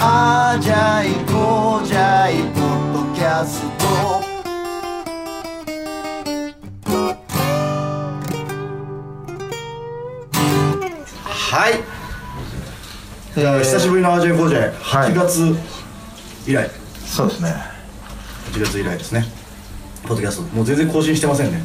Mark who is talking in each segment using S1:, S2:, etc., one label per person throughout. S1: あじゃいこうじゃいポッドキャスト」はい
S2: いや
S1: 久しぶりのアジェイコージェイ
S2: はい
S1: 8月以来
S2: そうですね
S1: 8月以来ですねポッドキャストもう全然更新してませんね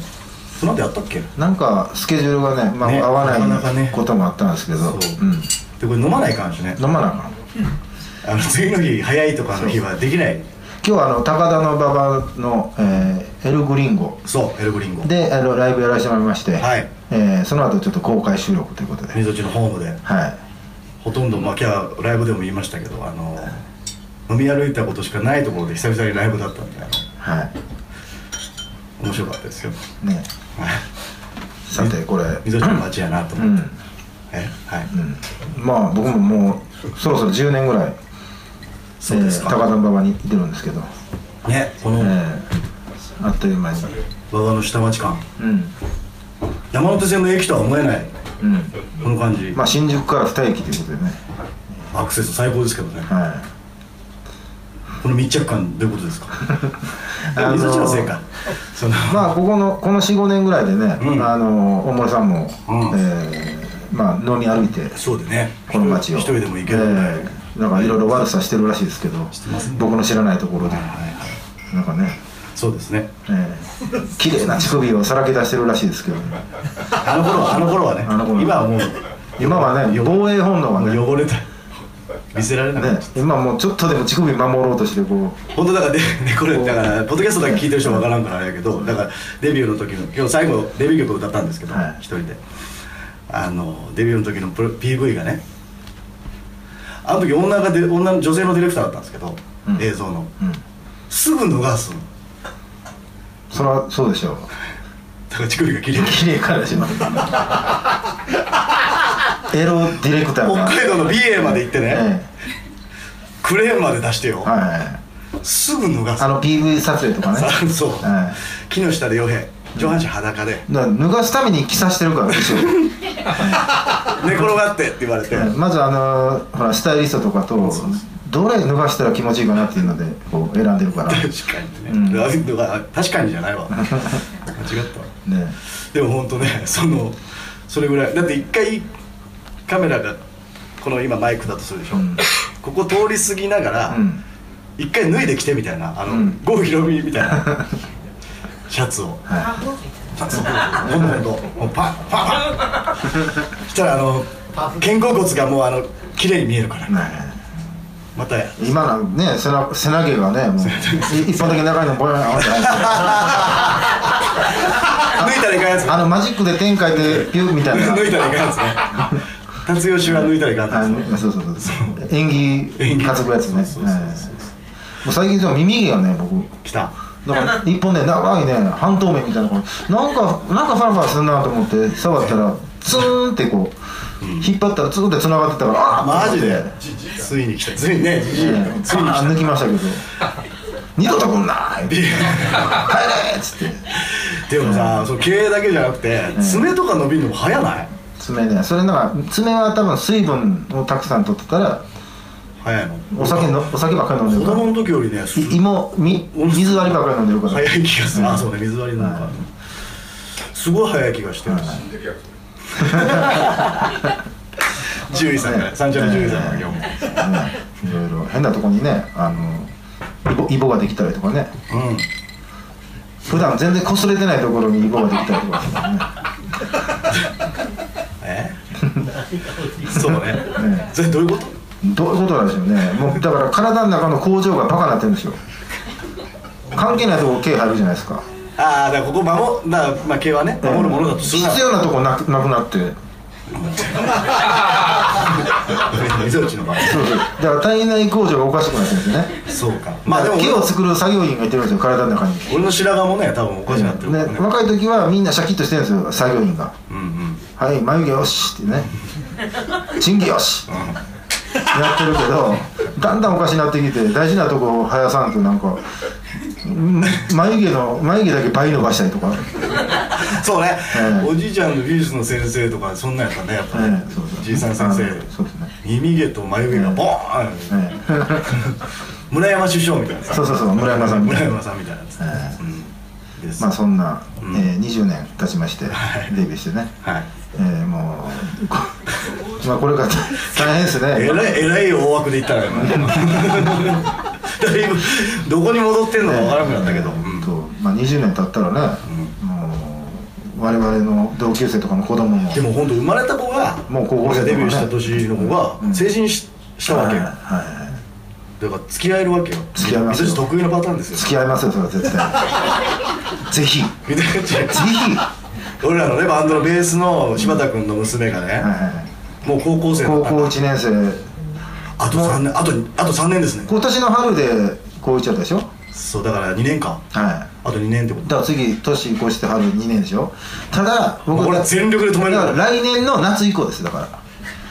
S1: その後やったっけ
S2: なんかスケジュールがね,、まあ
S1: ね
S2: 合わ
S1: なかなか
S2: な
S1: ね
S2: いこともあったんですけど、
S1: そう
S2: うん、
S1: でこれ飲まないかんしね
S2: 飲まなあかん
S1: あの次の日早いとかの日はできない
S2: 今日はあの高田の馬場の、えーエルグリンゴ
S1: そうエルゴリンゴ
S2: であのライブやらせてもらいまして、
S1: はい
S2: えーその後ちょっと公開収録ということで、
S1: 水内のホームで
S2: はい
S1: ほとんどまあ今日はライブでも言いましたけどあの飲み歩いたことしかないところで久々にライブだったんであ
S2: は
S1: の面白かったですよ
S2: いね
S1: はい
S2: さてこれ
S1: 水内の街やなと
S2: う
S1: 思
S2: ん
S1: って、えはい、
S2: うんまあ僕ももうそろそろ10年ぐらい、
S1: そうです
S2: えー
S1: か、
S2: 高田の馬場にいてるんですけど、
S1: ねこ
S2: え
S1: の
S2: ーあっという間に
S1: 馬場の下町感
S2: うん
S1: 山手線の駅とは思えない
S2: うん
S1: この感じ、
S2: まあ新宿から2駅ということでね
S1: アクセス最高ですけどね
S2: はい
S1: この密着感どういうことですか
S2: あのー
S1: 水内のせいかその
S2: まあここのこの45年ぐらいでね、
S1: うん
S2: あの大森さんも、
S1: うん
S2: えーまあ、飲み歩いて
S1: そうでね
S2: この街を
S1: 一人一人でも行けるんで、
S2: えーなんかいろいろ悪さしてるらしいですけど
S1: してますね
S2: 僕の知らないところで
S1: はいはいはい
S2: なんかね
S1: そうですね
S2: えー綺麗な乳首をさらけ出してるらしいですけど、
S1: あの頃はあの頃はね
S2: あの頃
S1: 今はもう
S2: 今はね防衛本能がね
S1: もう汚れた見せられない、
S2: ね今もうちょっとでも乳首守ろうとしてこ
S1: 本当だ からで、でこれだからポッドキャストだけ聞いてる人わからんからあれやけどだからデビューの時の今日最後デビュー曲を歌ったんですけど一、
S2: はい
S1: 人であのデビューの時のプロ PV がねあの時女がで女の女性のディレクターだったんですけど、
S2: うん
S1: 映像の
S2: う、うん、
S1: すぐ脱がすの
S2: それはそうでしょう
S1: だから乳首が綺麗
S2: 綺麗か らしまうエロディレクター
S1: 北
S2: が
S1: 海道の美瑛まで行ってね、
S2: え
S1: クレーンまで出してよ、
S2: えはい
S1: すぐ脱がす
S2: あの PV 撮影とか ね
S1: さそう、
S2: は
S1: 木の下で傭兵上半身裸 で
S2: いだから脱がすために着さしてるから 一応
S1: 寝転がってって言われて、
S2: まずあのーほらスタイリストとかとどれ脱がしたら気持ちいいかなっていうのでこう選んで るからね
S1: 確かにね、
S2: うん
S1: ラビットが確かにじゃないわ間違ったわでも本当ねそのそれぐらいだって一回カメラがこの今マイクだとするでしょ、
S2: うん
S1: ここ通り過ぎながら
S2: うん
S1: 一、回脱いできてみたいなあの、
S2: うん
S1: 郷ひろみみたいなシャツを
S2: は
S1: そうほんとほんともうパンパンパンしたらあの肩甲骨がもうあの綺麗に見えるから
S2: いね
S1: またや
S2: 今のね背な背中毛が ねもうい一本だけ長いのボヤン合わせてないんですよ
S1: 脱いだらいかんやつ
S2: あのマジックで展開でピュッみたいな
S1: 脱いだらいかんやつね達吉は脱いだらいかんや
S2: あ
S1: つ
S2: のそうそうそう演技担ぐやつね
S1: そうそうそうそう
S2: はいもう最近その耳毛がね僕
S1: 来た
S2: だから一本ね長いね半透明みたいなこのなんかなんかファラファラするなと思って触ったらツーンってこう引っ張ったらツーンって繋がってたからあー
S1: マジ
S2: と
S1: で
S2: 思って
S1: ついに来たついにねじじい
S2: ええ
S1: ついに
S2: あー抜きましたけど二度と来んなーって帰れーっつって
S1: でもさそう毛だけじゃなくて爪とか伸びるのも早ない
S2: 爪ねそれなんか爪は多分水分をたくさん取ってたら
S1: 早いの
S2: お酒のお酒ばっかり飲んで
S1: 子
S2: るから
S1: 供の時よりねす
S2: い芋み水割りばっかり飲んでるから
S1: 早い気がするあそうね水割りなんかすごい早い気がしてるし獣医さんから三茶の獣医さんから今日も
S2: うんいろいろ変なとこにねあのイボイボができたりとかね
S1: うん
S2: 普段全然擦れてないところにイボができたりとかするからね
S1: えそうね
S2: ね
S1: それどういうこと
S2: どういうことなんでしょうねもうだから体の中の工場がバカになってるんですよ関係ないとこ毛入るじゃないですか
S1: ああだからここ守だからまあ毛はね守るものだとするなら
S2: 必要なとこなくなくなって
S1: 水落ちの場合
S2: そうそうだから体内工場がおかしくなってるんですよね
S1: そうかまあでも
S2: 毛を作る作業員がいてるんですよ体の中に
S1: 俺の白髪もね多分おかしくなってるからね
S2: ね若い時はみんなシャキッとしてるんですよ作業員が
S1: うんうん
S2: はい眉毛よしってね賃金よし、やってるけどだんだんおかしになってきて大事なとこを生やさんとなんかうん眉毛の眉毛だけ倍伸ばしたりとか、
S1: そうね、
S2: ええ
S1: おじいちゃんの美術の先生とかそんなんやったねやっぱね、
S2: そうそう
S1: じいさん先生、
S2: あそうですね、
S1: 耳毛と眉毛がボーン、
S2: え
S1: 村山首相みたいなさ
S2: そうそうそう村山さんみ
S1: 村
S2: たいな
S1: 山さんみたいなやつ、
S2: え
S1: うん、で
S2: え
S1: す、
S2: まあそんな、
S1: うん
S2: えー、20年経ちまして
S1: はい
S2: デビューしてね、
S1: はい
S2: えー、もうこ まあこれから大変です
S1: え
S2: ね
S1: らいえらい大枠で言ったら今 だいぶどこに戻ってんのか分からなくなったけど、
S2: え
S1: う
S2: ー
S1: ん
S2: とまあ、20年経ったらね、もう我々の同級生とかの子供も
S1: でも本当生まれた子が
S2: もう高校生とかね
S1: デビューした年の子
S2: う
S1: が
S2: ん
S1: 成人し,、したわけよ
S2: はいはいはい
S1: だから付き合えるわけよ
S2: 付き合いますよ
S1: 私得意なパターン ですよ
S2: 付き合いますよそれは絶対ぜひぜ
S1: みたいな感じ
S2: ひ
S1: 俺らのねバンドのベースの柴田君の娘がね、
S2: はいはいはい
S1: もう高校生だ
S2: 高
S1: った
S2: 校1年生
S1: あと3年あとあと3年ですね
S2: 今年の春で高1だったでしょはい
S1: そうだから2年か
S2: だか
S1: あと2年ってこと
S2: ら次年越して春2年でしょただ僕
S1: これは全力で止める
S2: だ
S1: か
S2: からら来年の夏以降ですだから
S1: だか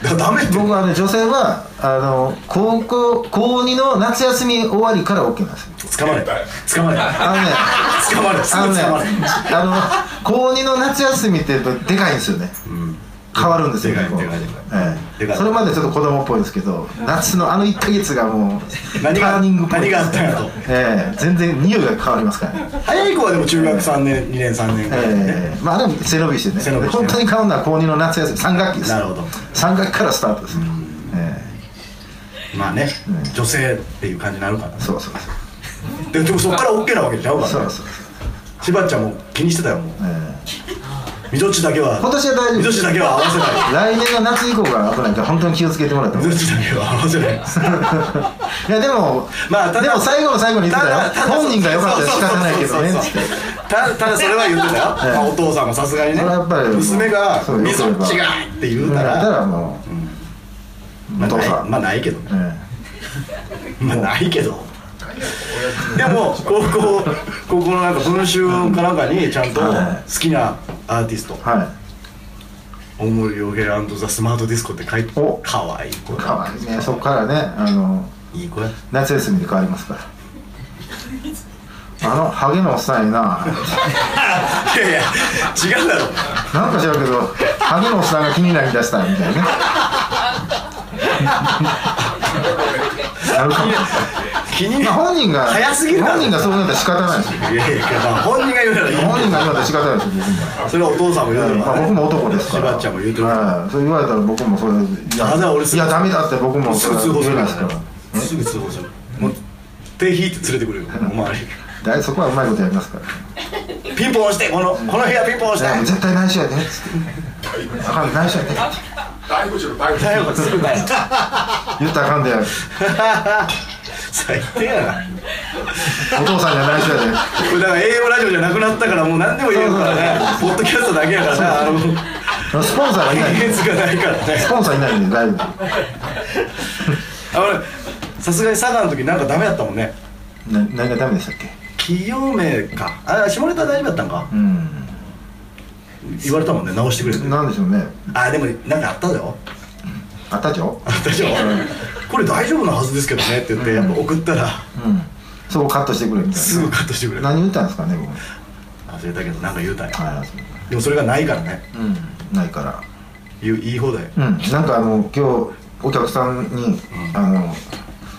S1: らダメって
S2: 僕はあの女性はあの高校高2の夏休み終わりから OK なんです
S1: 捕
S2: よ
S1: まれ捕まれ
S2: あのね
S1: 捕まれす
S2: あの
S1: ぐ
S2: ね
S1: 捕まれ
S2: あの高2の夏休みってやっぱでかいんですよね
S1: うん
S2: 変わるんですよ
S1: でかい
S2: 結構
S1: でかいでかい
S2: え
S1: でか
S2: え
S1: い
S2: それまでちょっと子供っぽいですけど夏のあの1か月がもう
S1: 何
S2: タ
S1: が
S2: ーニングポイント
S1: 何があったんやと
S2: ええ全然匂いが変わりま すからね
S1: 早い子はでも中学3年2年3年ぐらいでね
S2: ええまあでも背伸びしてね
S1: 背伸びしてね
S2: 本当に買うのは高2の夏休み3学期です
S1: なるほど
S2: 3学期からスタートです、え
S1: まあね
S2: うん
S1: 女性っていう感じになるから
S2: えそうそうそう
S1: ででもそっから OK なわけちゃうか
S2: そ
S1: ら
S2: う
S1: ね
S2: そうそう、
S1: 柴田ちゃんも気にしてたよもう
S2: え
S1: みどっちだけは
S2: え今年は大
S1: みど
S2: 丈夫
S1: っちだけは合わせない
S2: 来年の夏以降が危ないから本当に気をつけてもらった方
S1: み
S2: が
S1: ど
S2: い
S1: っちだけは合わせないです
S2: いやでも
S1: まあただ
S2: でも最後の最後に言ってたよ本人が良かったら仕方ないけどねっ
S1: そう
S2: つ
S1: そうそう
S2: って
S1: そうたただそれは言ってたよ、
S2: ええ
S1: まあ、お父さんもさすがにね
S2: それはやっぱり
S1: 娘が
S2: そう
S1: 「みそっ
S2: よけ
S1: ち
S2: れ
S1: が!」
S2: ば
S1: って言う
S2: だ
S1: たら
S2: からもう、
S1: まあ
S2: お父さん、
S1: ないまあないけどね
S2: え
S1: まあないけどでも高校高校のなんか文集かなんかにちゃんと好
S2: は
S1: きなアーティスト
S2: えはい
S1: 大森洋平ザ・スマートディスコって書いて
S2: お
S1: かわいい子
S2: かわいいねそこからねあの
S1: いい子や
S2: 夏休みで変わりますからあのハゲのおっさんにない
S1: やいや違うだろ
S2: なんか知らんけどハゲのおっさんが気になりだしたみたいなねあるかも
S1: 気に
S2: まあ本人が
S1: 早すぎるだろ
S2: 本人がそうなったら仕方ないですよ
S1: いやいやまあ本人が言うならいいけど
S2: 本人が今だったら仕方ないですよ別に
S1: それはお父さんも言うてる
S2: ま
S1: から
S2: あ、僕
S1: ね
S2: も男ですから
S1: 柴っちゃんも言うてるから
S2: はいそう言われたら僕もそれい
S1: あだから俺す
S2: い
S1: ぐ
S2: やダメだって僕も
S1: すぐ通報するから
S2: ですから
S1: すぐ通報するもう手引いて連れてくるよお前
S2: だいそこはうまいことやりますから
S1: ピンポン押してこのこの部屋ピンポン
S2: い
S1: 押
S2: やもう
S1: して
S2: 絶対内緒やでっつってあかん内緒やで
S3: 逮捕しろ逮捕し
S1: だよすぐだよ
S2: 言ったらあかんでお
S1: 最低やな
S2: 父さんには内緒やで
S1: これだから AM ラジオじゃなくなったからもう何でも言えるからねポッドキャストだけやからなあの
S2: スポンサーがいない
S1: 変数がないからね
S2: スポンサーいないんでライブ
S1: あ俺さすがに佐賀の時なんかダメだったもんね
S2: な何がダメでしたっけ
S1: 企業名かあ下ネタ大丈夫だったんか
S2: うん
S1: 言われたもんね直してくれって
S2: なんでしょうね
S1: あでもなんかあったよ
S2: あったじょ
S1: あったじゃんこれ大丈夫なはずですけどねって言ってやっぱ送ったら
S2: うんそこカットしてくれみたいな
S1: すぐカットしてくれる
S2: 何言ったんですかね僕
S1: 忘れたけどなんか言うたんや
S2: ああそう
S1: でもそれがないからね
S2: うんないから
S1: 言う言い放題
S2: うん、なんかあの今日お客さんに、あの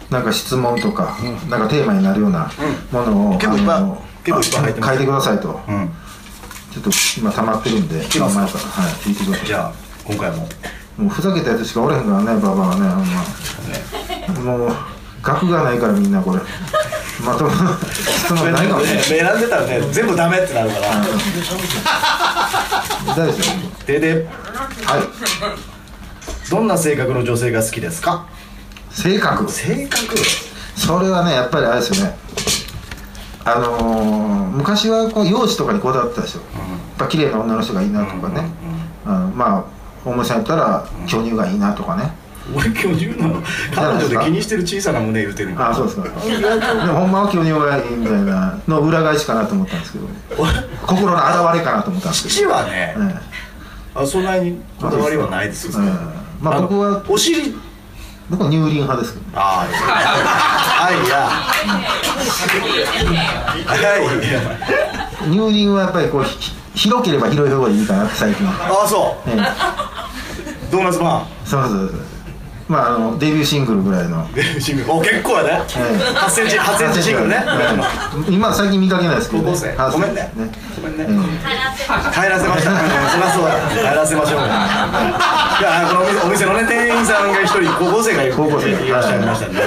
S2: なんか質問とか、なんかテーマになるようなものを、
S1: 結構いっぱい
S2: あの
S1: 結構いっぱい入ってます
S2: 書いてくださいと、
S1: うん
S2: ちょっと今溜まってるんで
S1: きますか
S2: 前からはい聞いてくださ
S1: じゃあ今回も
S2: いもうふざけたやつしかおれへんからねババアはねほん まもう額がないからみんなこれまともな質問ないかもね
S1: 選んでたらね全部ダメってなるから
S2: 大丈夫ですよ
S1: でで
S2: はい
S1: どんな性格の女性が好きですか
S2: 性格
S1: 性格
S2: それはねやっぱりあれですよねあのー昔はこう容姿とかにこだわってたでしょ、やっぱ綺麗な女の人がいいなとかね、あのまあ大森さんやったら巨乳がいいなとかね、
S1: 俺今日言うなの彼女で気にしてる小さな胸言うてるの
S2: ああそうですかでもほんまは巨乳がいいみたいなの裏返しかなと思ったんですけどね
S1: 俺
S2: 心の表れかなと思ったんですけ
S1: 父はね
S2: ど、え
S1: あそんなにこだわりはないですよ
S2: えええまあ
S1: の
S2: 僕は
S1: お尻
S2: 僕は乳輪派ですけどね
S1: ああはいやはいや
S2: 乳輪はやっぱりこうひ広ければ広い方がいいかなって最近は、
S1: ああそう
S2: ええ
S1: ドーナツパ
S2: そうそうそうまああのデビューシングルぐらいの
S1: ンシング ルお結構やね
S2: え
S1: 8センチ8センチシングルね
S2: はい今最近見かけないですけ
S1: 高
S2: ど、
S1: 校生
S2: はい
S1: ごめんね
S2: ね
S1: ごめんね
S2: え
S1: 帰らせましたそりゃそうだ帰らせましょういやこのお店お店のね店員さんが一人高校生がいる
S2: 高校生が
S1: いらっしゃいましたね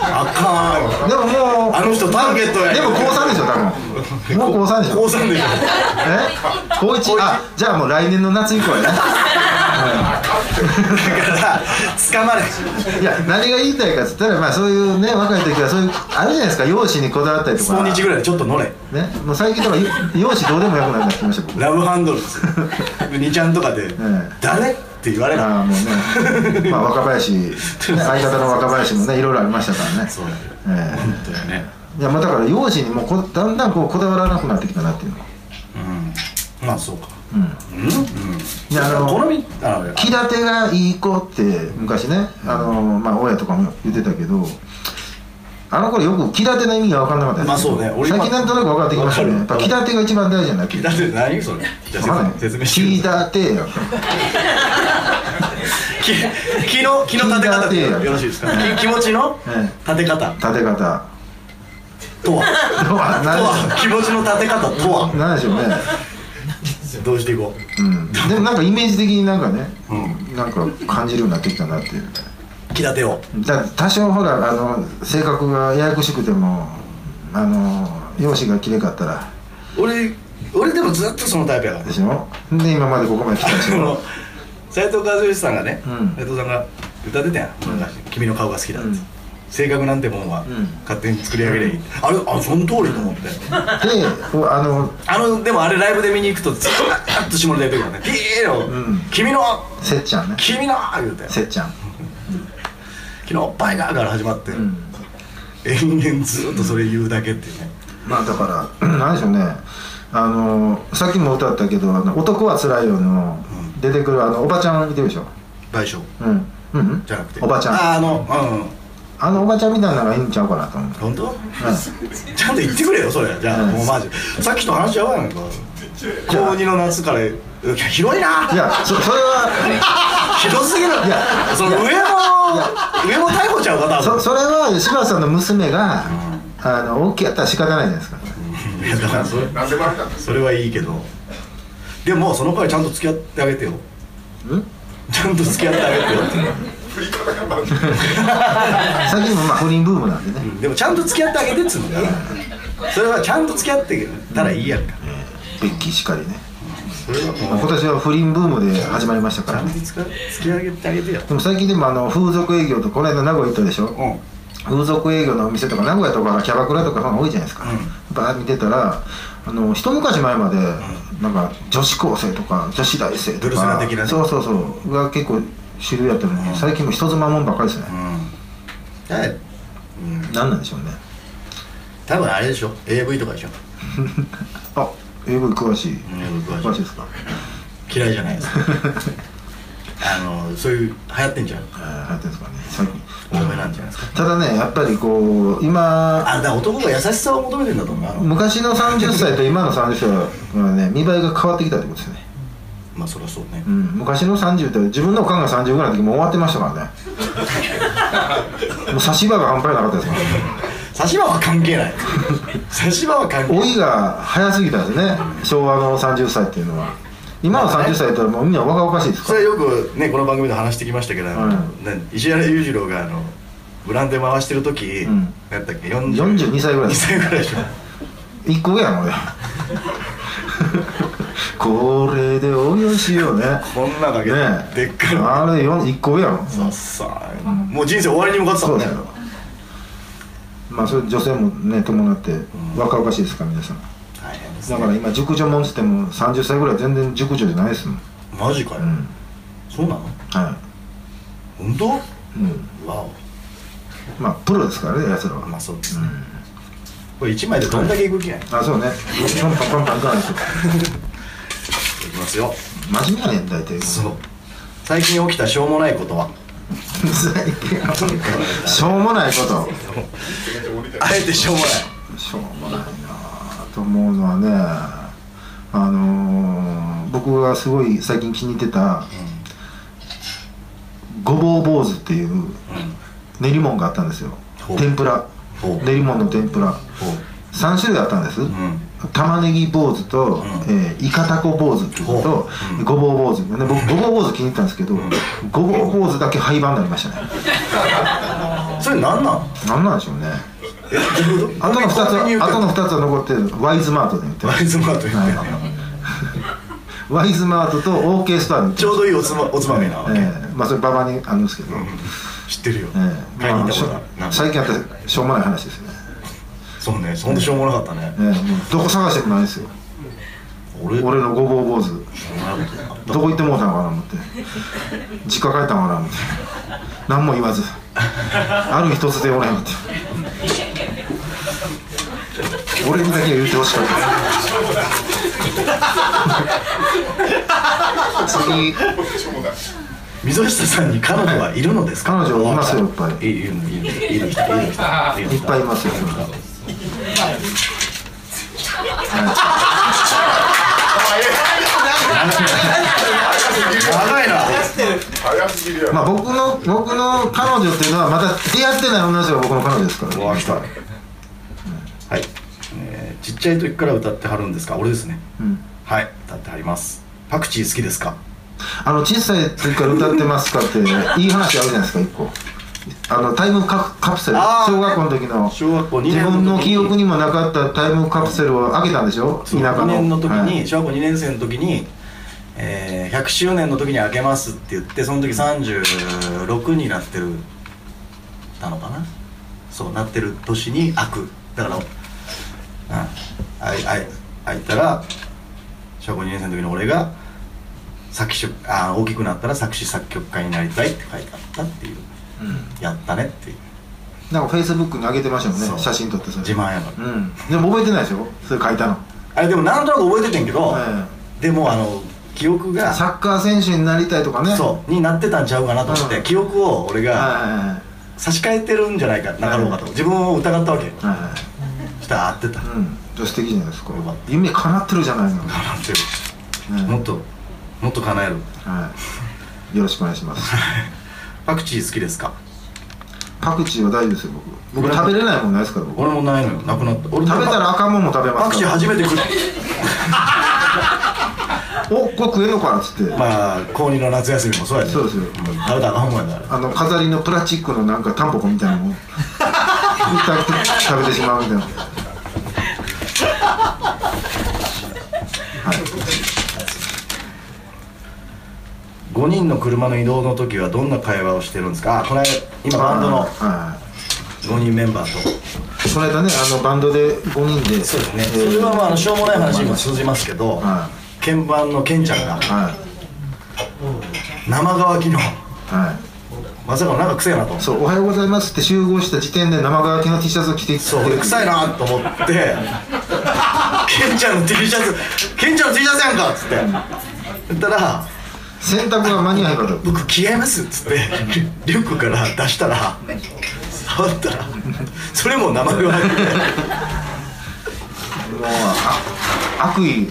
S1: あ
S2: えでももう
S1: かんあの人ターゲットや
S2: でも高三でしょ多分もう高三でしょ
S1: 高三でしょ
S2: え高一あじゃあもう来年の夏以降やね、
S1: だから捕まれ
S2: いや何が言いたいかっつったらまあそういうね若い時はそういうあるじゃないですか容姿にこだわったりとか
S1: 今日ぐらいでちょっと乗れ
S2: ねもう最近とかよ容姿どうでもよくなくなってきました 僕
S1: ラブハンドルです2ちゃんとかで
S2: ん
S1: 「誰?」って言われる
S2: ああもうねまあ若林、 ね、相方の若林もねいろいろありましたからね
S1: そうだよ
S2: ええ
S1: 本当やね
S2: いやまあだから容姿にもこだんだんこうこだわらなくなってきたなっていうの
S1: うんまあそうか
S2: うん
S1: うんうん
S2: いやあの
S1: 好みあの
S2: 気立てがいい子って昔ねあのまあ親とかも言ってたけどあの頃よく気立ての意味が分かんなかったです
S1: まあそうね俺
S2: 最
S1: 今
S2: 近なんとなく分かってきましたねや
S1: 分
S2: っ
S1: かる
S2: ぱ気立てが一番大事なんだけど
S1: だって何それじゃあ説明説明して
S2: 気
S1: くださ
S2: 立てよ
S1: いき気の気の立て方で
S2: 気立て
S1: よろしいですかき気持ちの
S2: え
S1: 立て方
S2: 立 て方
S1: とは
S2: どう
S1: とは気持ちの立て方とは
S2: なんでしょうね、
S1: どうしていこ
S2: うん、でもなんかイメージ的になんかね、
S1: ううん
S2: なんか感じるようになってきたなっていう
S1: 気立てを
S2: だから多少ほらあの性格がややこしくてもあの容姿がきれかったら
S1: 俺俺でもずっとそのタイプやから
S2: でしょで今までここまで来たでし
S1: そ の
S2: ょ
S1: 斉藤和義さんがね、
S2: うん
S1: 斉藤さんが歌ってたやん、君の顔が好きだ」って、
S2: うん
S1: 性格なんてもんは
S2: ん
S1: 勝手に作り上げりゃいい、あれあその通りと思って
S2: でこうあの
S1: あのでもあれライブで見に行くとずーっと下ネタ言ってくるからね「ピーよ、
S2: ん
S1: 君の
S2: せっちゃんね
S1: 君の」言うて
S2: せっちゃん、
S1: 「昨日おっぱいが」から始まって、
S2: うん、
S1: 延々ずーっとそれ言うだけっていうね、
S2: まあだから 何でしょうねあのさっきも歌ったけど「あの男はつらいよの」出てくるあのおばちゃんいてるでしょ
S1: 賠償
S2: うん、うんうん
S1: じゃなくて
S2: おばちゃん
S1: ああのうん
S2: あのおばちゃんみたいなのがいいんちゃうかなと思う、
S1: 本当
S2: う
S1: ちゃんと言ってくれよそれじゃあ、
S2: うん、
S1: もうマジさっきと話合わないのか高2の夏からいや広いなん
S2: いやそそれは
S1: ひどすぎる
S2: いや
S1: その上も上も逮捕ちゃうか多
S2: そ
S1: 分
S2: それは柴田さんの娘が、あの大きいやったら仕方ないじゃないですか
S1: いやだからそれ
S3: なんでもありなんです
S1: それはいいけどでもその子はちゃんと付き合ってあげてよちゃんと付き合ってあげてよって
S3: 振り方がまず
S2: 最近もまあ不倫ブームなんでね、
S1: でもちゃんと付き合ってあげてっつうのだからそれはちゃんと付き合ってたらいいやんか
S2: ベッキーしかりね、
S1: それは
S2: まあ
S1: もう
S2: 今年は不倫ブームで始まりましたか
S1: ち
S2: ら
S1: ゃん
S2: ね
S1: と付き合ってあげてよ
S2: でも最近でもあの風俗営業とこの間名古屋行ったでしょ、
S1: うんうん
S2: 風俗営業のお店とか名古屋とかキャバクラとかそういうの多いじゃないですか、
S1: うん
S2: バーッ見てたらあの一昔前までなんか女子高生とか女子大生とか
S1: ブルスナ的なね
S2: そうそうそうが結構主流やったのに、最近もう人妻もんばっかりですね、
S1: だからうん
S2: なん、何なんでしょうね
S1: 多分あれでしょ AV とかでしょ
S2: あ AV 詳しい、
S1: AV 詳しい
S2: 詳しいですか
S1: 嫌いじゃないです あのそういう流行ってんじゃん
S2: えー流行ってるんですかね最近
S1: 多めなんじゃないですか
S2: ただねやっぱりこう今
S1: あだから男が優しさを求めてんだと思うあの
S2: 昔の30歳と今の30歳はね見栄えが変わってきたってことですね
S1: まあそりゃそうね
S2: うん、昔の30って自分のおかんが30ぐらいの時もう終わってましたから ねもう差し歯が半端なかったですから、ね、
S1: 差し歯は関係ない差し歯は関係
S2: 老
S1: ない
S2: いが早すぎたんですね昭和の30歳っていうのは今の30歳とはもうみんな若々しいです
S1: そ
S2: か
S1: れ
S2: ら
S1: よくねこの番組で話してきましたけど、あの
S2: うん
S1: 何石原裕次郎があのブランデ回してる時、
S2: うん
S1: なんだっけ40
S2: 42歳ぐらい
S1: 2歳ぐらいでしょ
S2: 1個上やん 俺これでおよしよね
S1: こんなだけ
S2: ね
S1: で、でっかいの
S2: あれ1個上やもん
S1: そうさもう人生終わりに向かってた
S2: そ
S1: も
S2: うん
S1: ね
S2: ですよまあそれ女性もね伴って若々しいですから皆さん
S1: 大変です
S2: だ
S1: ね
S2: から今熟女もんっつっても30歳ぐらい全然熟女じゃないですもん
S1: マジかよ、
S2: うん
S1: そうなの
S2: は
S1: 本当
S2: い、うん、
S1: わお
S2: まあプロですからねやつらは、
S1: まあそうですね、これ1枚でどんだけいく気やねんい
S2: あそうねパンパンパンパンいかないと
S1: きますよ
S2: 真面目やねん大体
S1: そう最近起きたしょうもないことは
S2: 最近しょうもないこと
S1: あえてしょうもない
S2: しょうもないなと思うのはねあのー僕がすごい最近気に入ってたごぼう坊主っていう練り物があったんですよ
S1: ほう
S2: 天ぷら
S1: ほう
S2: 練り物の天ぷら3種類あったんです、
S1: ん
S2: 玉ねぎ坊主と、えーイカタコ坊主っていうのと、ごぼう坊主、ね、僕ごぼう坊主気に入ったんですけど、ごぼう坊主だけ廃盤になりましたね
S1: うんそれ何なん
S2: なんなんでしょうね
S1: えどういうこと
S2: あとの2つ
S1: コンビニ売
S2: は
S1: っ
S2: あ
S1: て
S2: と
S1: る
S2: の2つは残ってるワイズマートで売ってま
S1: ワイ
S2: す
S1: ズマート言ってんねや
S2: ワイズマートと OK ストアで売って
S1: ちょうどいいおつまおつまみな
S2: ま
S1: わ
S2: す、
S1: け
S2: ええまあそれババにあるんですけど、
S1: 知ってるよ
S2: ええ
S1: 買いに行
S2: ま
S1: っ
S2: あ
S1: た
S2: し
S1: こと
S2: ょ
S1: あるなんか
S2: 最近あったしょうもない話ですよね、
S1: そうねほんとしょうもなかったね
S2: ええもうどこ探してもないですよ
S1: 俺
S2: 俺のごぼう坊主
S1: ど
S2: どこ行ってもうたのかな思って実家帰ったのかな思って何も言わずある日突然おらへんって俺にだけは言ってほしか った次
S1: 溝下さんに彼女はいるのですか
S2: 彼女いますよいっぱい
S1: いいるのいるのいる人いる人いる人
S2: いっぱいいますよ
S1: 長いな
S3: 早すぎるや
S2: まあ僕の僕の彼女っていうのはまだ出会ってない女の人が僕の彼女ですから
S1: うわ来たはい、えーちっちゃい時から歌ってはるんですか俺ですね、
S2: ん
S1: はい歌ってはりますパクチー好きですか
S2: あの小さい時から歌ってます かっていい話あるじゃないですか一個あのタイムカプカプセル
S1: あー
S2: 小学校の時の
S1: 小学校2
S2: 自
S1: 年の時
S2: 分の記憶
S1: に
S2: にもなかったタイムカプセルを開けたんでしょ田舎
S1: 2
S2: の
S1: 年の時に、
S2: はい
S1: 小学校2年生の時に、えー100周年の時に開けますって言ってその時36になってるたのかなそうなってる年に開くだから、うん、あいあい開いたら小学校2年生の時の俺が作詞あー大きくなったら作詞作曲家になりたいって書いてあったっていう、やったねっていう
S2: なんかフェイスブックに上げてましたもん
S1: そう
S2: ね写真撮ってそれ
S1: 自慢やから、
S2: うんでも覚えてないでしょそれ書いたの、
S1: あれでもなんとなく覚えててんけど、
S2: え
S1: でもあの記憶
S2: え
S1: が
S2: サッカー選手になりたいとかね
S1: そうになってたんちゃうかなと思って、
S2: うん
S1: 記憶を俺
S2: はい
S1: が
S2: はいはい
S1: 差し替えてるんじゃないかなかろうかと、自分を疑ったわけ
S2: はいは
S1: そしたら合ってた、
S2: いうんじゃあ素敵じゃないですか
S1: よかった
S2: 夢叶ってるじゃないの、ね
S1: なんてもっともっと叶える
S2: はい、よろしくお願い します
S1: パクチー好きですか
S2: パクチーは大丈夫ですよ僕僕食べれないもんないですから僕
S1: 俺もないのよなくなった俺
S2: 食べたら赤もんも食べ
S1: パ
S2: ま
S1: ク
S2: す
S1: チ
S2: か
S1: ー
S2: ら
S1: 初めて 食っ
S2: おこれ食えんのかなっつって、
S1: まあ高2の夏休みもそうやね
S2: そうですよ
S1: ん食べたらあかんもんやだ
S2: あの飾りのプラスチックのなんかタンポポみたいなのを食べて食べてしまうみたいな
S1: 5人の車の移動の時はどんな会話をしてるんですかあこの間今バンドの
S2: は
S1: 5人メンバーと
S2: いこの間ねあのバンドで5人で
S1: そうですね、
S2: えー
S1: それはまああのしょうもない話にも通じますけど、
S2: は
S1: 鍵盤のケンちゃんが
S2: はい
S1: 生乾きの
S2: は
S1: まさかのなんか臭いなと
S2: いそう「おはようございます」って集合した時点で生乾きの T シャツを着ていって
S1: そう俺臭いなと思ってケンちゃんの T シャツケンちゃんの T シャツやんかっつって言ったら
S2: 洗濯が間に合えばと
S1: 「僕着替えます」っつってリュックから出したら触ったらそれも生乾きで
S2: もうあ悪意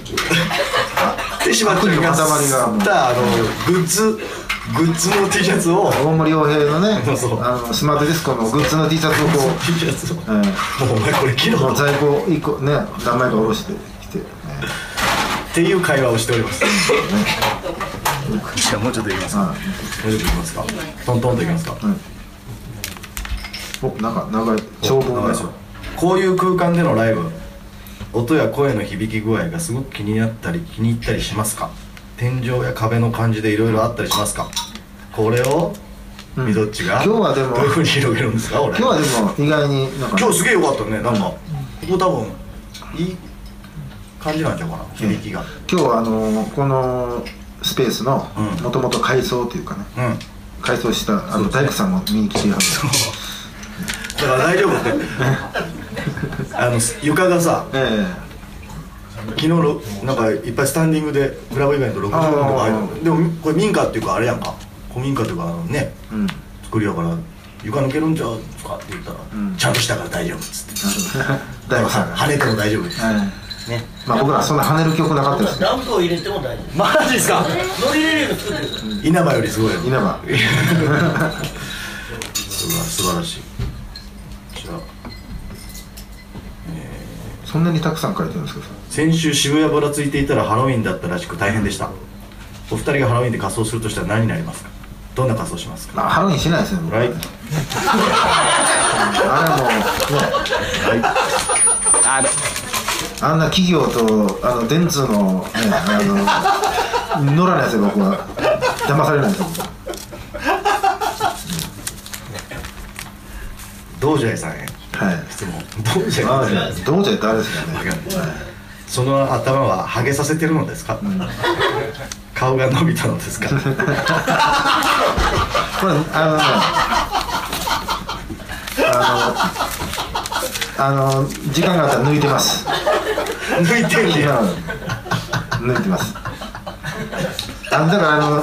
S1: 手島君が吸ったあのグッズグッズの T シャツを
S2: 大森洋平のね
S1: そうそう
S2: あのスマートディスコのグッズの T シャツをこ
S1: T シャツを
S2: う、え
S1: もうお前これ着
S2: ー
S1: ろ
S2: もう在庫一個ね何枚か下ろしてきて、ね
S1: っていう会話をしております。じゃあもうちょっといきますか。も
S2: は
S1: うちょっといきますか。トントンといきますか。
S2: い、おなんか長い長文
S1: 長い
S2: が
S1: でしょこういう空間でのライブ、音や声の響き具合がすごく気になったり気に入ったりしますか。天井や壁の感じでいろいろあったりしますか。これをみどっちが
S2: 今日はでも
S1: どういう風に広げるんですか。俺。
S2: 今日はでも意外になんか
S1: 今日すげえ良かったね。なんかここ多分いい感じなんちゃうかな。響きが。
S2: 今日はあのーこのスペースの
S1: うん
S2: もともと改装というかね
S1: うん。
S2: 改装したあの大工さんも見に来てやる
S1: だから大丈夫って。 あの床がさ。
S2: え
S1: 昨日ろなんかいっぱいスタンディングでクラブイベント60分とかある
S2: あ
S1: でもこれ民家っていうかあれやんか古民家というかあのね
S2: えうん
S1: くりやから床抜けるんじゃうかって言ったら、
S2: うん
S1: ちゃんとしたから大丈夫っつって
S2: 大悟さんが、
S1: 跳ねても大丈夫です、
S2: はい
S1: ね
S2: まあ、僕らそんな跳ねる曲なかったですね
S4: ランプを入れても大丈夫
S1: マジですか
S4: ノリレレーム作ってるから
S1: 稲葉よりすごいよ
S2: 稲葉
S1: すば素晴らしいじゃあ
S2: そんなにたくさん書いてるんですけど
S1: 先週渋谷ばらついていたらハロウィンだったらしく大変でしたお二人がハロウィンで仮装するとしたら何になりますかどんな仮装しますか
S2: まあハロウィンしないですね僕
S1: はい
S2: うんあれはもうねあんな企業とあの電通のねあの乗らないですよ僕は騙されないですよ僕は
S1: 道ジャイさんへ
S2: はい
S1: 質問道ジ
S2: ま
S1: ャイ
S2: あどうじゃ誰ですかね
S1: その頭はハゲさせてるのですか、顔が伸びたのです か
S2: これあのねあのあの時間があったら抜いてます
S1: 抜いてる
S2: い
S1: ね
S2: や抜いてますあのだからあの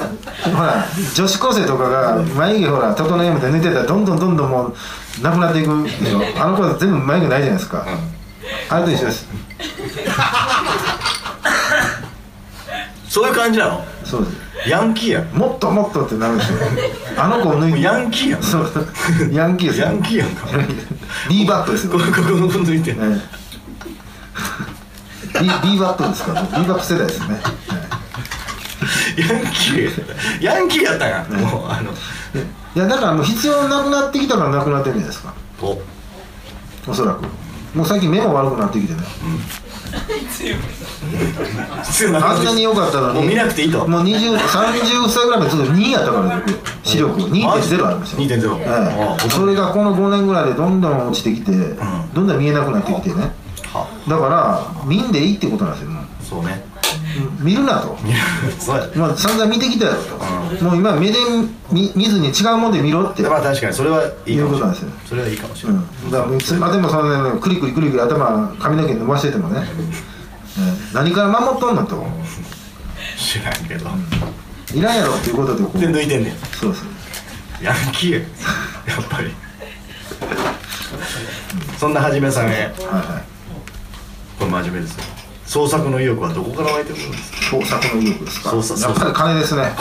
S2: ほら女子高生とかが眉毛ほら整えみたいに抜いてたらどんどんどんどんもうなくなっていくでしょあの子は全部眉毛ないじゃないですか、あれと一緒です
S1: そういう感じなの
S2: そうです
S1: ヤンキーやん
S2: もっともっとってなるんですよあの子を抜い
S1: もう
S2: て
S1: ヤンキーやん
S2: そうヤンキーですよ
S1: ヤンキーやんかこ
S2: ビーバップですよ
S1: こここ抜いてる
S2: ええビビーバップですからビーバップ世代ですね、
S1: ヤンキーヤンキーやったやんもうあの
S2: ええいやだからもう必要なくなってきたからなくなってるんじゃないですか
S1: お
S2: おそらくもう最近目も悪くなってきてね
S1: 必要なく
S2: あん
S1: て
S2: なに良かったのに
S1: もう見なくていいと
S2: もう20 30歳ぐらいまでずっと2やったからね僕視力2.0ありましたよ
S1: 2.0あ
S2: え
S1: あ
S2: え、それがこの5年ぐらいでどんどん落ちてきて、どんどん見えなくなってきてね
S1: は
S2: だから見んでいいってことなんですよも
S1: そうね
S2: う見るなと
S1: そうや
S2: まあ散々見てきたやろと、もう今目で見見ずに違うもんで見ろって、
S1: まあ確かにそれはいいかもしれない
S2: いうことなんです
S1: それはいいかもしれ
S2: う
S1: ない、
S2: ん、だからもういつまでもそのねクリクリクリクリ頭髪の毛伸ばしててもね、うん何から守っとんのと
S1: 知らんけど、
S2: いらんやろっていうことでこう
S1: で抜いてんねん
S2: そうそう
S1: ヤンキーやんやっぱりそんなはじめさんへ
S2: はいはい
S1: これ真面目ですよ創作の意欲はどこから湧いてくるんですか
S2: 創作の意欲ですか
S1: そうそうそう
S2: やっぱり金 ですねやっ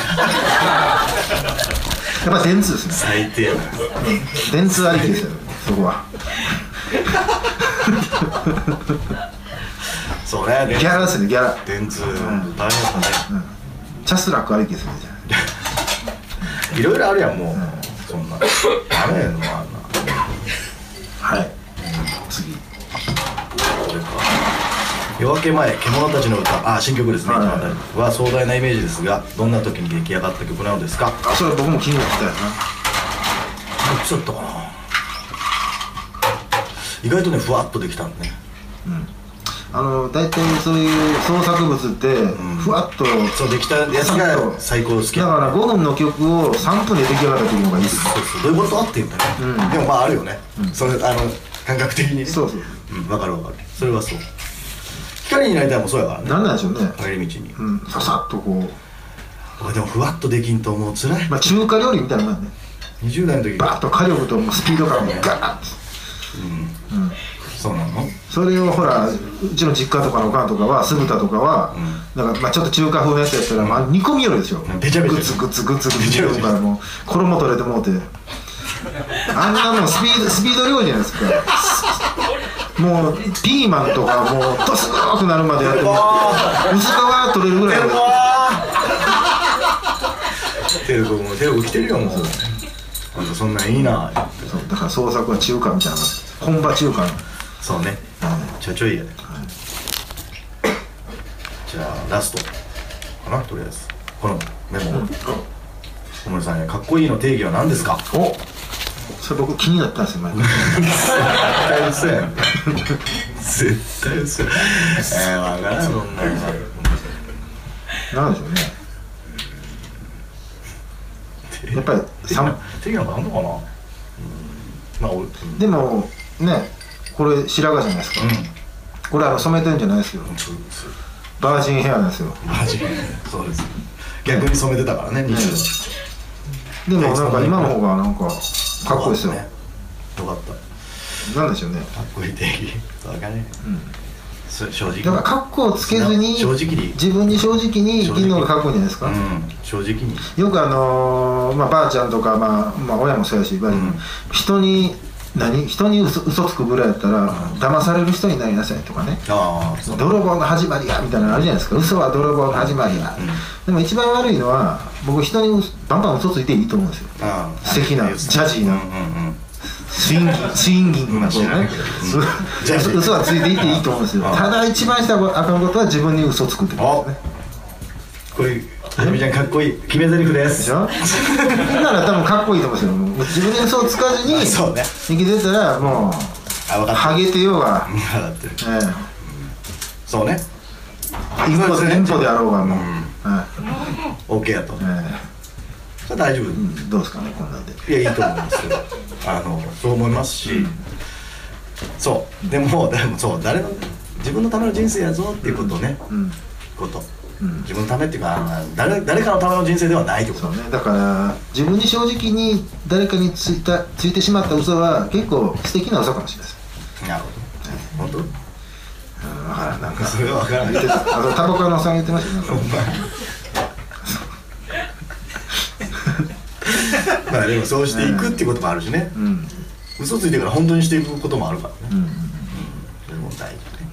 S2: ぱり電通ですね
S1: 最低やな
S2: 電通ありきですよそこは
S1: そうね
S2: ギ
S1: 電
S2: ャラですねギャラ
S1: 電通大変だね
S2: チャスラックありきですねじゃあ
S1: いろいろあるやんもうそんなあれやのあんな
S2: はい次
S1: 夜明け前獣たちの歌あ新曲ですね、
S2: はい
S1: 獣たちは壮大なイメージですがどんな時に出来上がった曲なのですか
S2: あそれ僕も気になってたよ
S1: ちょっとかな意外とねふわっとできたんだね
S2: なあの大体そういう創作物ってふわっと、
S1: そうできたやつが最高好き
S2: だ
S1: だ
S2: から5分の曲を3分で出来上がった時の方がいいです
S1: そうそうどういうことって言うんだね、でもまああるよね、それあの感覚的にね
S2: そうそう
S1: うん、分かる分かるそれはそう光になりたいもそうやからね
S2: なんなんでしょうね
S1: 帰り道に、
S2: うんささっとこう
S1: 俺でもふわっとできんともう辛い
S2: まあ中華料理みたいなもんやね
S1: 20代の時
S2: バーッと火力とスピード感がガーッ
S1: そうなの
S2: それをほらうちの実家とかのおかんとかは酢豚とかは、なんかまあちょっと中華風のやつやったら、まあ、煮込みよりでしょ
S1: んべちゃべちゃ
S2: グツグツグツグツ
S1: べちゃべちゃ
S2: 煮込むからもう衣取れてもうてあんなもんスピードスピード料理じゃないですかもうピーマンとかもうドス黒くなるまでやっても薄皮取れるぐらいま
S1: テルコもうテルコ来てるよもうなんかそんなんいいな
S2: でそうだから創作は中華みたいな本場中華の
S1: そうねちょちょいやで、じゃあラストかなとりあえずこのメモ小森さんへかっこいいの定義は何ですか
S2: おそれ僕気になったんですよ前
S1: 絶対嘘やん絶対嘘やんえー、分からんもんな
S2: なんでしょうねやっぱり
S1: 定義な
S2: 三
S1: 定義なんかあんのかなうんまあ俺うん
S2: でもねこれ白髪じゃないですか、これあの染めてるんじゃないですよ
S1: そうそう
S2: バージンヘアなんですよ
S1: マジそうです逆に染めてたからね20、
S2: うんでもなんか今の方がなんかかっこいいですよ、
S1: よかった
S2: なんでしょうね、
S1: かっこいい定義わかんない
S2: うん、
S1: そ正直
S2: だからカッコをつけずに
S1: 正直に
S2: 自分に正直に生きるのがかっこいいんじゃないですか、
S1: うん正直に
S2: よくあのーまあ、ばあちゃんとか、まあ、まあ親もそうやしばあちゃんも
S1: うん
S2: 人に何人に嘘嘘つくぐらいやったら騙される人になりなさいとかね
S1: ああそう
S2: 泥棒の始まりやみたいなのあるじゃないですか嘘は泥棒の始まりや、
S1: うん
S2: でも一番悪いのは僕人に嘘バンバン嘘ついていいと思うんですよ
S1: ああ
S2: 素敵なジャジーな
S1: うんうんうん
S2: スインギングスインギングなこうね
S1: うん
S2: そう
S1: ジャジー
S2: 嘘はついていっていいと思うんですよ
S1: うん
S2: ただ一番したあかんことは自分に嘘つくってことですね
S1: これはじめちゃんかっこいい決め台詞で
S2: ですしょだから多分かっこいいと思うんですよ自分に嘘をつかずに
S1: あそうね
S2: 生きてたらも
S1: あ
S2: う
S1: 分かった
S2: ハゲてようが、
S1: 分かってる
S2: ええ
S1: そうね
S2: 一歩
S1: そうですね
S2: で一歩であろうがもう、
S1: うん
S2: え
S1: OK やと
S2: ええ
S1: それ大丈夫
S2: えうんどうですかねこんなんで
S1: いやいいと思いますよあのそう思いますし、そうでもでもそう誰の自分のための人生やぞっていうことをね、
S2: うん
S1: こと、
S2: うん
S1: 自分のためっていうかあの誰誰かのための人生ではないってこと
S2: そうねだから自分に正直に誰かについたついてしまった嘘は結構素敵な嘘かもしれません
S1: なるほど本
S2: うんだからなん
S1: 当
S2: か
S1: それは分からない
S2: 言ってたあとタバコ屋のおっさんが言ってましたねなんか
S1: まあでもそうしていくっていうこともあるしね、
S2: うんうん
S1: 嘘ついてから本当にしていくこともあるからね、それも大事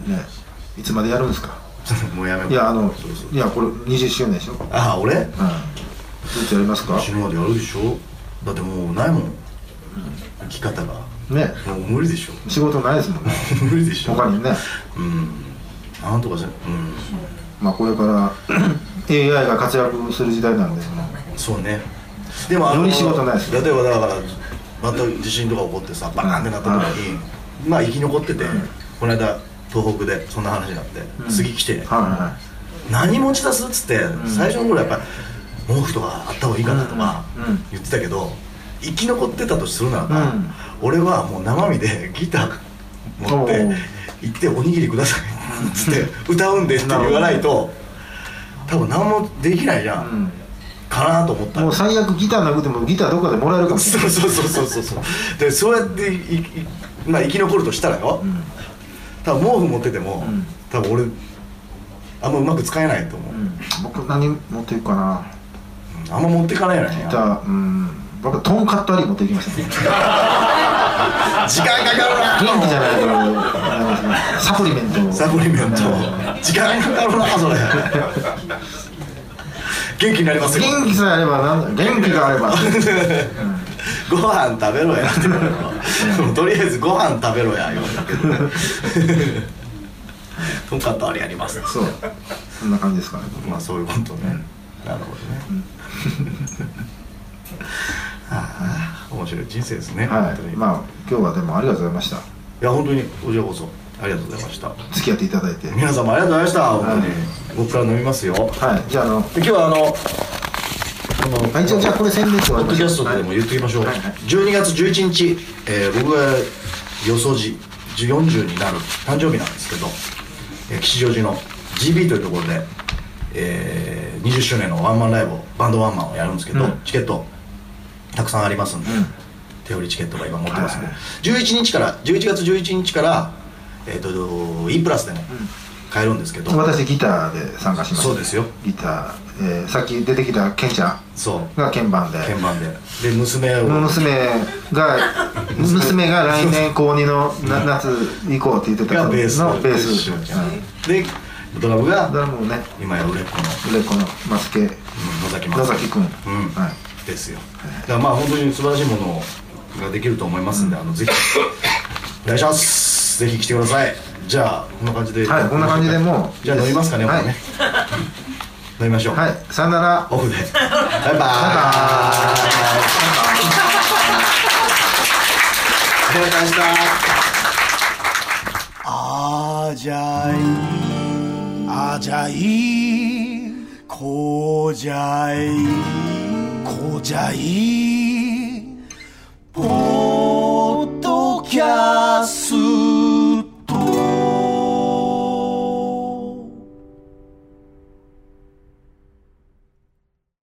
S2: うんねいつまでやるんですか
S1: ねもうやめようい
S2: いやあの
S1: そうそう
S2: いやこれ20周年でしょ
S1: ああ俺
S2: うんずっとやりますか
S1: 死ぬまでやるでしょだってもうないもん生き方が
S2: ね
S1: もう無理でしょ
S2: 仕事ないですもんね
S1: 無理でしょ
S2: 他にね
S1: うんなんとかせうん
S2: まあこれから AI が活躍する時代なんでその
S1: そうねでもあの
S2: より仕事ないですね
S1: 例えばだからまた地震とか起こってさバカンってなった時に、まあ生き残ってて、この間東北でそんな話になって、
S2: うん
S1: 次来て、
S2: はいは
S1: 何持ち出すっつって、最初の頃やっぱ毛布とかあった方がいいかなとか
S2: うんうん
S1: 言ってたけど、生き残ってたとするならば、
S2: うん
S1: 俺はもう生身でギター持って
S2: おう
S1: 行って「おにぎりください」っつって歌うんでって言わないと多分何もできないじゃ
S2: い、
S1: ん、
S2: うん
S1: かなと思った
S2: もう最悪ギターなくてもギターどっかでもらえるかもしれ
S1: そうそうそうそうそうそうでそうやっていいまあ生き残るとしたらよ、
S2: ん
S1: 多分毛布持ってても、
S2: うん
S1: 多分俺あんまうまく使えないと思う
S2: ない、う、ん、僕何持っていくかな
S1: あんま持ってかないよね
S2: ギターうん僕トンカットアリ持っていきましたね
S1: 時間かかるな
S2: 元気じゃないとあのサプリメントを
S1: サプリメント時間かかるなそれ元気になりますよ
S2: 元気さえあればなんだ元気があ れば
S1: ご飯食べろやって言われるわもうとりあえずご飯食べろや言われるけどねとんかったあれやります
S2: そうそんな感じですかね
S1: まあそういうことね、なるほどね、 ああ面白い人生ですね、
S2: は
S1: 本当
S2: い
S1: に、
S2: まあ今日はでもありがとうございました
S1: いや本当にこちらこそありがとうございました
S2: 付き合っていただいては
S1: 皆様ありがとうございました本当に、
S2: はい
S1: 僕から飲みますよで
S2: いじゃああの
S1: 今日はあのこの
S2: あ一応じゃあこれ宣伝して終わ
S1: ポ
S2: り
S1: ッ
S2: ま
S1: ドキ
S2: しょ
S1: ャス
S2: う
S1: トでも言っておきましょう、
S2: はいはい
S1: 12月11日、えー僕がよそじ40になる誕生日なんですけど、えー吉祥寺の GB というところで、えー20周年のワンマンライブをバンドワンマンをやるんですけど、
S2: うん
S1: チケットたくさんありますんで、
S2: ん
S1: 手売りチケットが今持ってますんで、
S2: はい
S1: 11日から11月11日から、えー、と E プラスでも買えるんですけど、
S2: 私ギターで参加しました
S1: そうですよ
S2: ギター、えー、さっき出てきたケンちゃ
S1: そ
S2: んが鍵盤で
S1: う鍵盤でで娘を、
S2: 娘が娘が来年高2のな夏行こうって言ってた
S1: が
S2: の
S1: ベース
S2: のベー
S1: で
S2: ス
S1: しおちゃん
S2: うん
S1: でドラムが
S2: ドラムをね
S1: 今や売れっ子の
S2: 売れっ子のマスケ
S1: うん野崎
S2: 野崎君、
S1: うん
S2: はい
S1: ですよだからまあ本当に素晴らしいものができると思いますんで、あのぜひお願いしますぜひ来てくださいじゃあこんな感じで
S2: はいこんな感じでもう
S1: じゃあ飲みますかね、
S2: は
S1: も
S2: い
S1: うね飲みましょう、
S2: はいさよなら
S1: オフでバイバ
S2: バ
S1: ーイありがとうございました
S5: あじゃいあじゃいこうじゃいこうじゃいぽ